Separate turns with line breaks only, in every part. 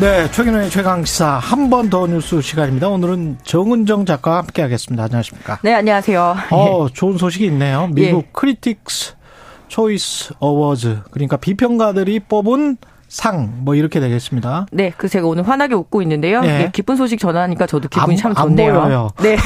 네, 최근의 최강시사 한 번 더 뉴스 시간입니다. 오늘은 정은정 작가와 함께하겠습니다. 안녕하십니까?
네, 안녕하세요.
어, 좋은 소식이 있네요. 미국
예.
크리틱스 초이스 어워즈 그러니까 비평가들이 뽑은 상 뭐 이렇게 되겠습니다.
네, 그 제가 오늘 환하게 웃고 있는데요.
네.
예, 기쁜 소식 전하니까 저도 기분이
안-
참
안
좋네요.
보여요.
네.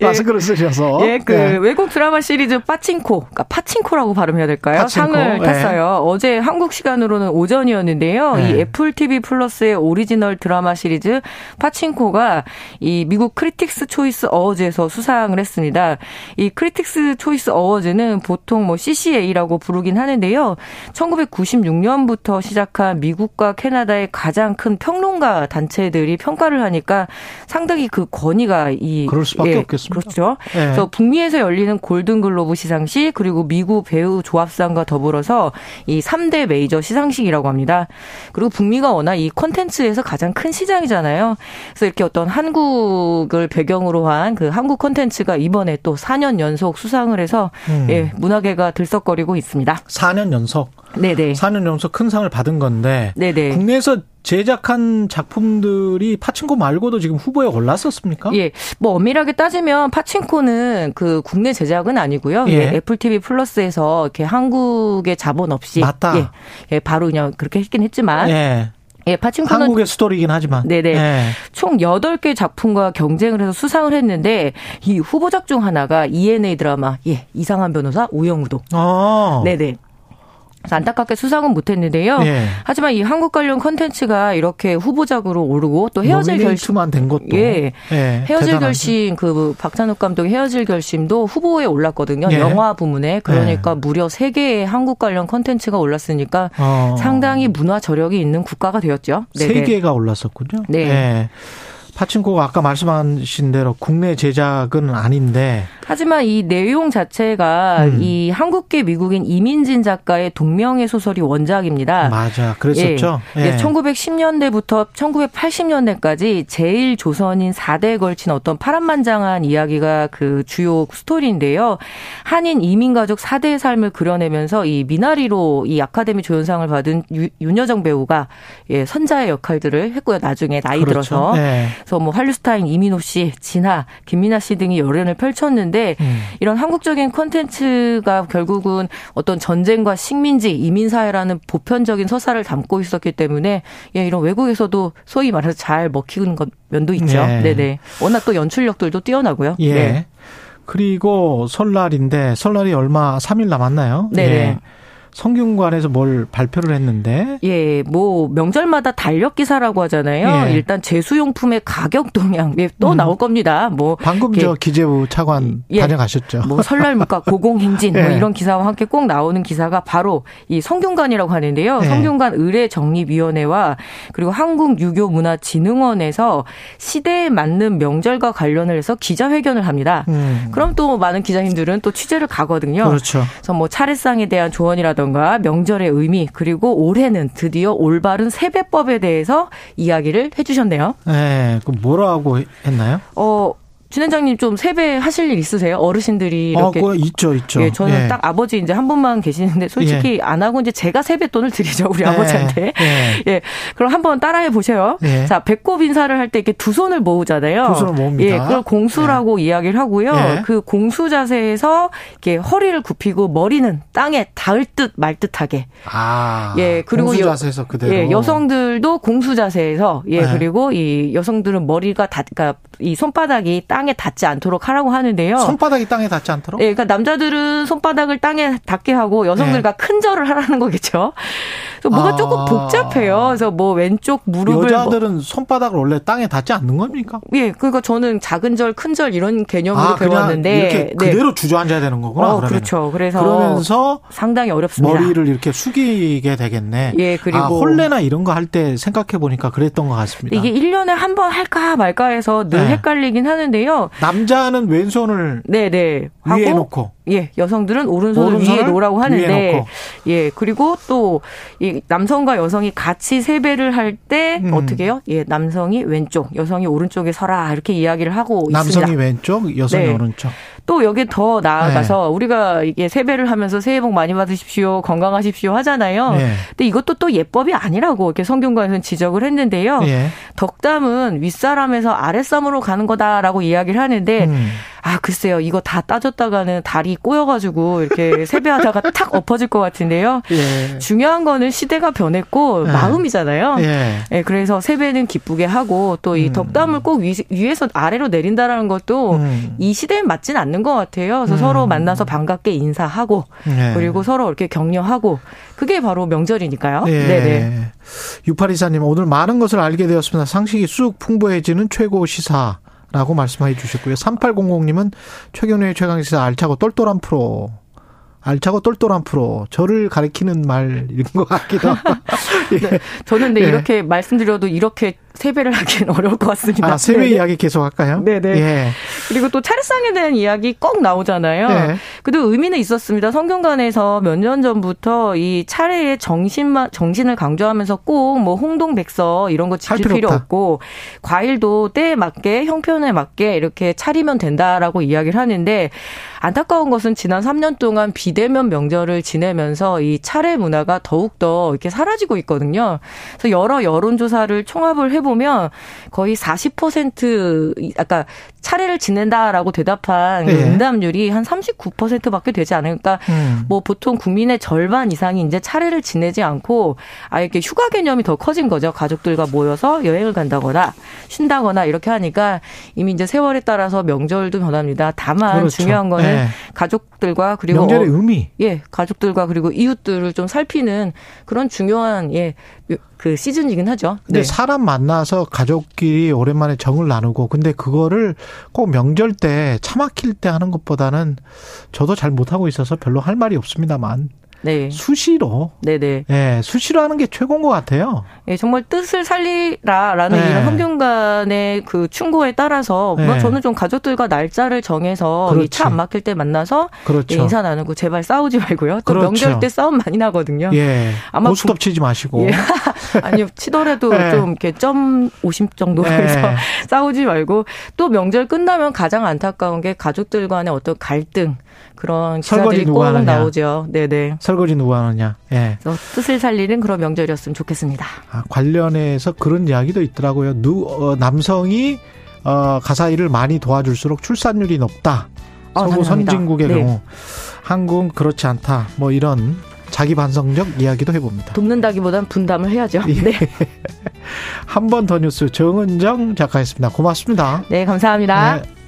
예.
마스크를 쓰셔서
예, 그
네.
외국 드라마 시리즈 파친코, 그러니까 파친코라고 발음해야 될까요?
파친코,
상을
예.
탔어요. 어제 한국 시간으로는 오전이었는데요.
네.
이 애플 TV 플러스의 오리지널 드라마 시리즈 파친코가 이 미국 크리틱스 초이스 어워즈에서 수상을 했습니다. 이 크리틱스 초이스 어워즈는 보통 뭐 CCA라고 부르긴 하는데요. 1996년부터 시작한 미국과 캐나다의 가장 큰 평론가 단체들이 평가를 하니까 상당히 그 권위가 이
그럴 수밖에 없겠습니다.
그렇죠.
예.
그래서 북미에서 열리는 골든글로브 시상식 그리고 미국 배우 조합상과 더불어서 이 3대 메이저 시상식이라고 합니다. 그리고 북미가 워낙 이 콘텐츠에서 가장 큰 시장이잖아요. 그래서 이렇게 어떤 한국을 배경으로 한 그 한국 콘텐츠가 이번에 또 4년 연속 수상을 해서
음.
예, 문화계가 들썩거리고 있습니다.
4년 연속
네, 네.
4년 연속 큰 상을 받은 건데
네, 네.
국내에서 제작한 작품들이 파친코 말고도 지금 후보에 올랐었습니까?
예, 뭐 엄밀하게 따지면 파친코는 그 국내 제작은 아니고요.
예.
예, 애플 TV 플러스에서 이렇게 한국의 자본 없이
맞다.
예, 예, 바로 그냥 그렇게 했긴 했지만 예,
예.
파친코는
한국의 스토리이긴 하지만
아. 네네.
예.
총 8개 작품과 경쟁을 해서 수상을 했는데 이 후보작 중 하나가 ENA 드라마 예, 이상한 변호사 우영우도
어.
네네. 그래서 안타깝게 수상은 못했는데요.
예.
하지만 이 한국 관련 컨텐츠가 이렇게 후보작으로 오르고 또 헤어질 결심
노미네이트만 된 것도
예.
예,
헤어질
대단하죠.
결심 그 박찬욱 감독의 헤어질 결심도 후보에 올랐거든요.
예.
영화 부문에 그러니까 무려 세개의 한국 관련 콘텐츠가 올랐으니까
어.
상당히 문화 저력이 있는 국가가 되었죠.
세 개가 올랐었군요.
네.
예. 파친코가 아까 말씀하신 대로 국내 제작은 아닌데
하지만 이 내용 자체가
음.
이 한국계 미국인 이민진 작가의 동명의 소설이 원작입니다.
맞아 그랬었죠.
예. 예, 1910년대부터 1980년대까지 제일 조선인 4대에 걸친 어떤 파란만장한 이야기가 그 주요 스토리인데요. 한인 이민 가족 4대의 삶을 그려내면서 이 미나리로 이 아카데미 조연상을 받은 유, 윤여정 배우가 예, 선자의 역할들을 했고요. 나중에 나이 들어서.
예.
그래서 뭐 한류스타인 이민호 씨, 진하, 김민아 씨 등이 열연을 펼쳤는데
음.
이런 한국적인 콘텐츠가 결국은 어떤 전쟁과 식민지, 이민사회라는 보편적인 서사를 담고 있었기 때문에 예, 이런 외국에서도 소위 말해서 잘 먹히는 것 면도 있죠.
예.
네네. 워낙 또 연출력들도 뛰어나고요.
예.
네.
그리고 설날인데 설날이 얼마 3일 남았나요?
네네.
예. 성균관에서 뭘 발표를 했는데
예, 뭐 명절마다 달력 기사라고 하잖아요.
예. 음.
일단 제수용품의 가격 동향 예, 또 나올 겁니다. 뭐
방금
예.
저 기재부 차관
예.
다녀가셨죠.
뭐 설날 물가 고공행진 뭐
예.
이런 기사와 함께 꼭 나오는 기사가 바로 이 성균관이라고 하는데요.
예.
성균관 의례 정립위원회와 그리고 한국유교문화진흥원에서 시대에 맞는 명절과 관련을 해서 기자회견을 합니다.
음.
그럼 또 많은 기자님들은 또 취재를 네. 가거든요.
그렇죠.
그래서 뭐 차례상에 대한 조언이라던가 명절의 의미 그리고 올해는 드디어 올바른 세배법에 대해서 이야기를 해주셨네요.
예. 그 뭐라고 했나요?
어, 진행장님 좀 세배 하실 일 있으세요? 어르신들이
어,
이렇게
그거 있죠, 있죠.
예, 저는
예.
딱 아버지 이제 한 분만 계시는데 솔직히 안 하고 이제 제가 세뱃돈을 드리죠 우리
예.
아버지한테.
예.
예, 그럼 한번 따라해 보세요.
예.
자, 배꼽 인사를 할 때 이렇게 두 손을 모으잖아요.
두 손을 모읍니다.
예, 그걸 공수라고 이야기를 하고요.
예.
그 공수 자세에서 이렇게 허리를 굽히고 머리는 땅에 닿을 듯 말 듯하게.
아.
예, 그리고
공수
여-
자세에서 그대로.
예, 여성들도 공수 자세에서 예,
예.
그리고 이 여성들은 머리가 닿, 그러니까 이 손바닥이 땅에 닿지 않도록 하라고 하는데요.
손바닥이 땅에 닿지 않도록?
예, 그러니까 남자들은 손바닥을 땅에 닿게 하고 여성들과 큰 절을 하라는 거겠죠. 그래서 뭐가
네. 아.
조금 복잡해요. 그래서 뭐 왼쪽 무릎을 뭐-
여자들은 손바닥을 원래 땅에 닿지 않는 겁니까?
예, 그러니까 저는 작은 절, 큰 절 이런 개념으로
아, 그냥
배웠는데 네.
이렇게 그대로 주저앉아야 되는 거구나.
어,
그러면은.
그렇죠. 그래서
그러면서
상당히 어렵습니다.
머리를 이렇게 숙이게 되겠네.
예, 그리고-
아, 홀레나 이런 거 할 때 생각해 보니까 그랬던 것 같습니다.
이게 1년에 한 번 할까 말까 해서 늘
네.
헷갈리긴 하는데요.
남자는 왼손을
네, 네. 하고
위에 뭐 놓고
예, 여성들은 오른손을
오른손을
위에 놓으라고
위에
하는데
놓고.
예, 그리고 또 이 남성과 여성이 같이 세배를 할 때
음.
어떻게 해요? 예, 남성이 왼쪽, 여성이 오른쪽에 서라 이렇게 이야기를 하고 있습니다.
남성이 왼쪽, 여성이
네.
오른쪽.
또 여기 더 나아가서
네.
우리가 이게 세배를 하면서 새해 복 많이 받으십시오, 건강하십시오 하잖아요.
예.
근데 이것도 또 예법이 아니라고 이렇게 성균관에서는 지적을 했는데요.
예.
덕담은 윗사람에서 아랫사람으로 가는 거다라고 이야기를 하는데
음.
아 글쎄요 이거 다 따졌다가는 다리 꼬여가지고 이렇게 세배하다가 탁 엎어질 것 같은데요.
예.
중요한 거는 시대가 변했고
네.
마음이잖아요.
예.
예, 그래서 세배는 기쁘게 하고 또 이
음.
덕담을 꼭 위, 위에서 아래로 내린다라는 것도
음.
이 시대엔 맞진 않는 것 같아요. 그래서
음.
서로 만나서 반갑게 인사하고
예.
그리고 서로 이렇게 격려하고 그게 바로 명절이니까요.
예.
네네.
유파리사님 오늘 많은 것을 알게 되었습니다. 상식이 쑥 풍부해지는 최고 시사. 라고 말씀해 주셨고요. 3800님은 최경련의 최강시사 알차고 똘똘한 프로. 알차고 똘똘한 프로. 저를 가리키는 말인 것 같기도 하고.
네.
예.
저는 근데
예.
이렇게 말씀드려도 이렇게 세배를 하기는 어려울 것 같습니다.
아, 세배
네네.
이야기 계속 할까요?
네네.
예.
그리고 또 차례상에 대한 이야기 꼭 나오잖아요.
네.
그래도 의미는 있었습니다. 성균관에서 몇 년 전부터 이 차례의 정신만 정신을 강조하면서 꼭 뭐 홍동 백서 이런 거
할
지킬
필요
필요,
없다.
없고 과일도 때에 맞게 형편에 맞게 이렇게 차리면 된다라고 이야기를 하는데 안타까운 것은 지난 3년 동안 비대면 명절을 지내면서 이 차례 문화가 더욱 더 이렇게 사라지고 있거든요. 그래서 여러 여론조사를 총합을 해보면 거의 40% 아까 차례를 지낸다라고 대답한 그
예.
응답률이 한 39%밖에 되지 않을까.
음.
뭐 보통 국민의 절반 이상이 이제 차례를 지내지 않고 아예 이렇게 휴가 개념이 더 커진 거죠. 가족들과 모여서 여행을 간다거나 쉰다거나 이렇게 하니까 이미 이제 세월에 따라서 명절도 변합니다. 다만
그렇죠.
중요한 거는
예.
가족들과 그리고
명절의
어-
의미.
예, 가족들과 그리고 이웃들을 좀 살피는 그런 중요한 예, 그 시즌이긴 하죠.
근데
네.
사람 만나서 가족끼리 오랜만에 정을 나누고 근데 그거를 꼭 명절 때 차막힐 때 하는 것보다는 저도 잘 못하고 있어서 별로 할 말이 없습니다만
네.
수시로
네, 네.
예 수시로 하는 게 최고인 것 같아요.
예, 정말 뜻을 살리라라는
네.
이런 환경관의 그 충고에 따라서 뭐
네.
저는 좀 가족들과 날짜를 정해서
그렇지.
이 차 안 막힐 때 만나서 예,
그렇죠.
인사 나누고 제발 싸우지 말고요. 또
그렇죠.
명절 때 싸움 많이 나거든요.
예
아마
고스톱 치지 마시고
예. 아니요 치더라도
네.
좀 이렇게 점 50 정도
네.
해서 싸우지 말고 또 명절 끝나면 가장 안타까운 게 가족들 간의 어떤 갈등 그런
설거지
기사들이
누가
꼭
하느냐.
나오죠. 네네.
설거지 누가 하느냐. 예
그래서 뜻을 살리는 그런 명절이었으면 좋겠습니다.
아, 관련해서 그런 이야기도 있더라고요. 누 어, 남성이 어, 가사 일을 많이 도와줄수록 출산율이 높다.
아,
서구
당연합니다.
선진국의
네.
경우 한국은 그렇지 않다. 뭐 이런 자기 반성적 이야기도 해봅니다.
돕는다기보단 분담을 해야죠.
예.
네.
한 번 더 뉴스 정은정 작가였습니다. 고맙습니다.
네, 감사합니다.
네.